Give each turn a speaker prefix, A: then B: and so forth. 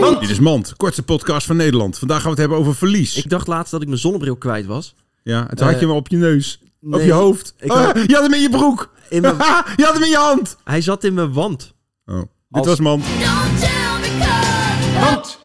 A: Mand.
B: Dit is Mand, kortste podcast van Nederland. Vandaag gaan we het hebben over verlies.
A: Ik dacht laatst dat ik mijn zonnebril kwijt was.
B: Ja, het had je
A: Eh,
B: hem op je neus. op
A: nee,
B: je hoofd.
A: ik
B: Ah,
A: had-
B: je had hem in je broek.
A: In mijn-
B: je had hem in je hand.
A: Hij zat in mijn wand.
B: Oh, dit
A: Als-
B: was Mand.
C: Don't tell me 'cause
D: Mand.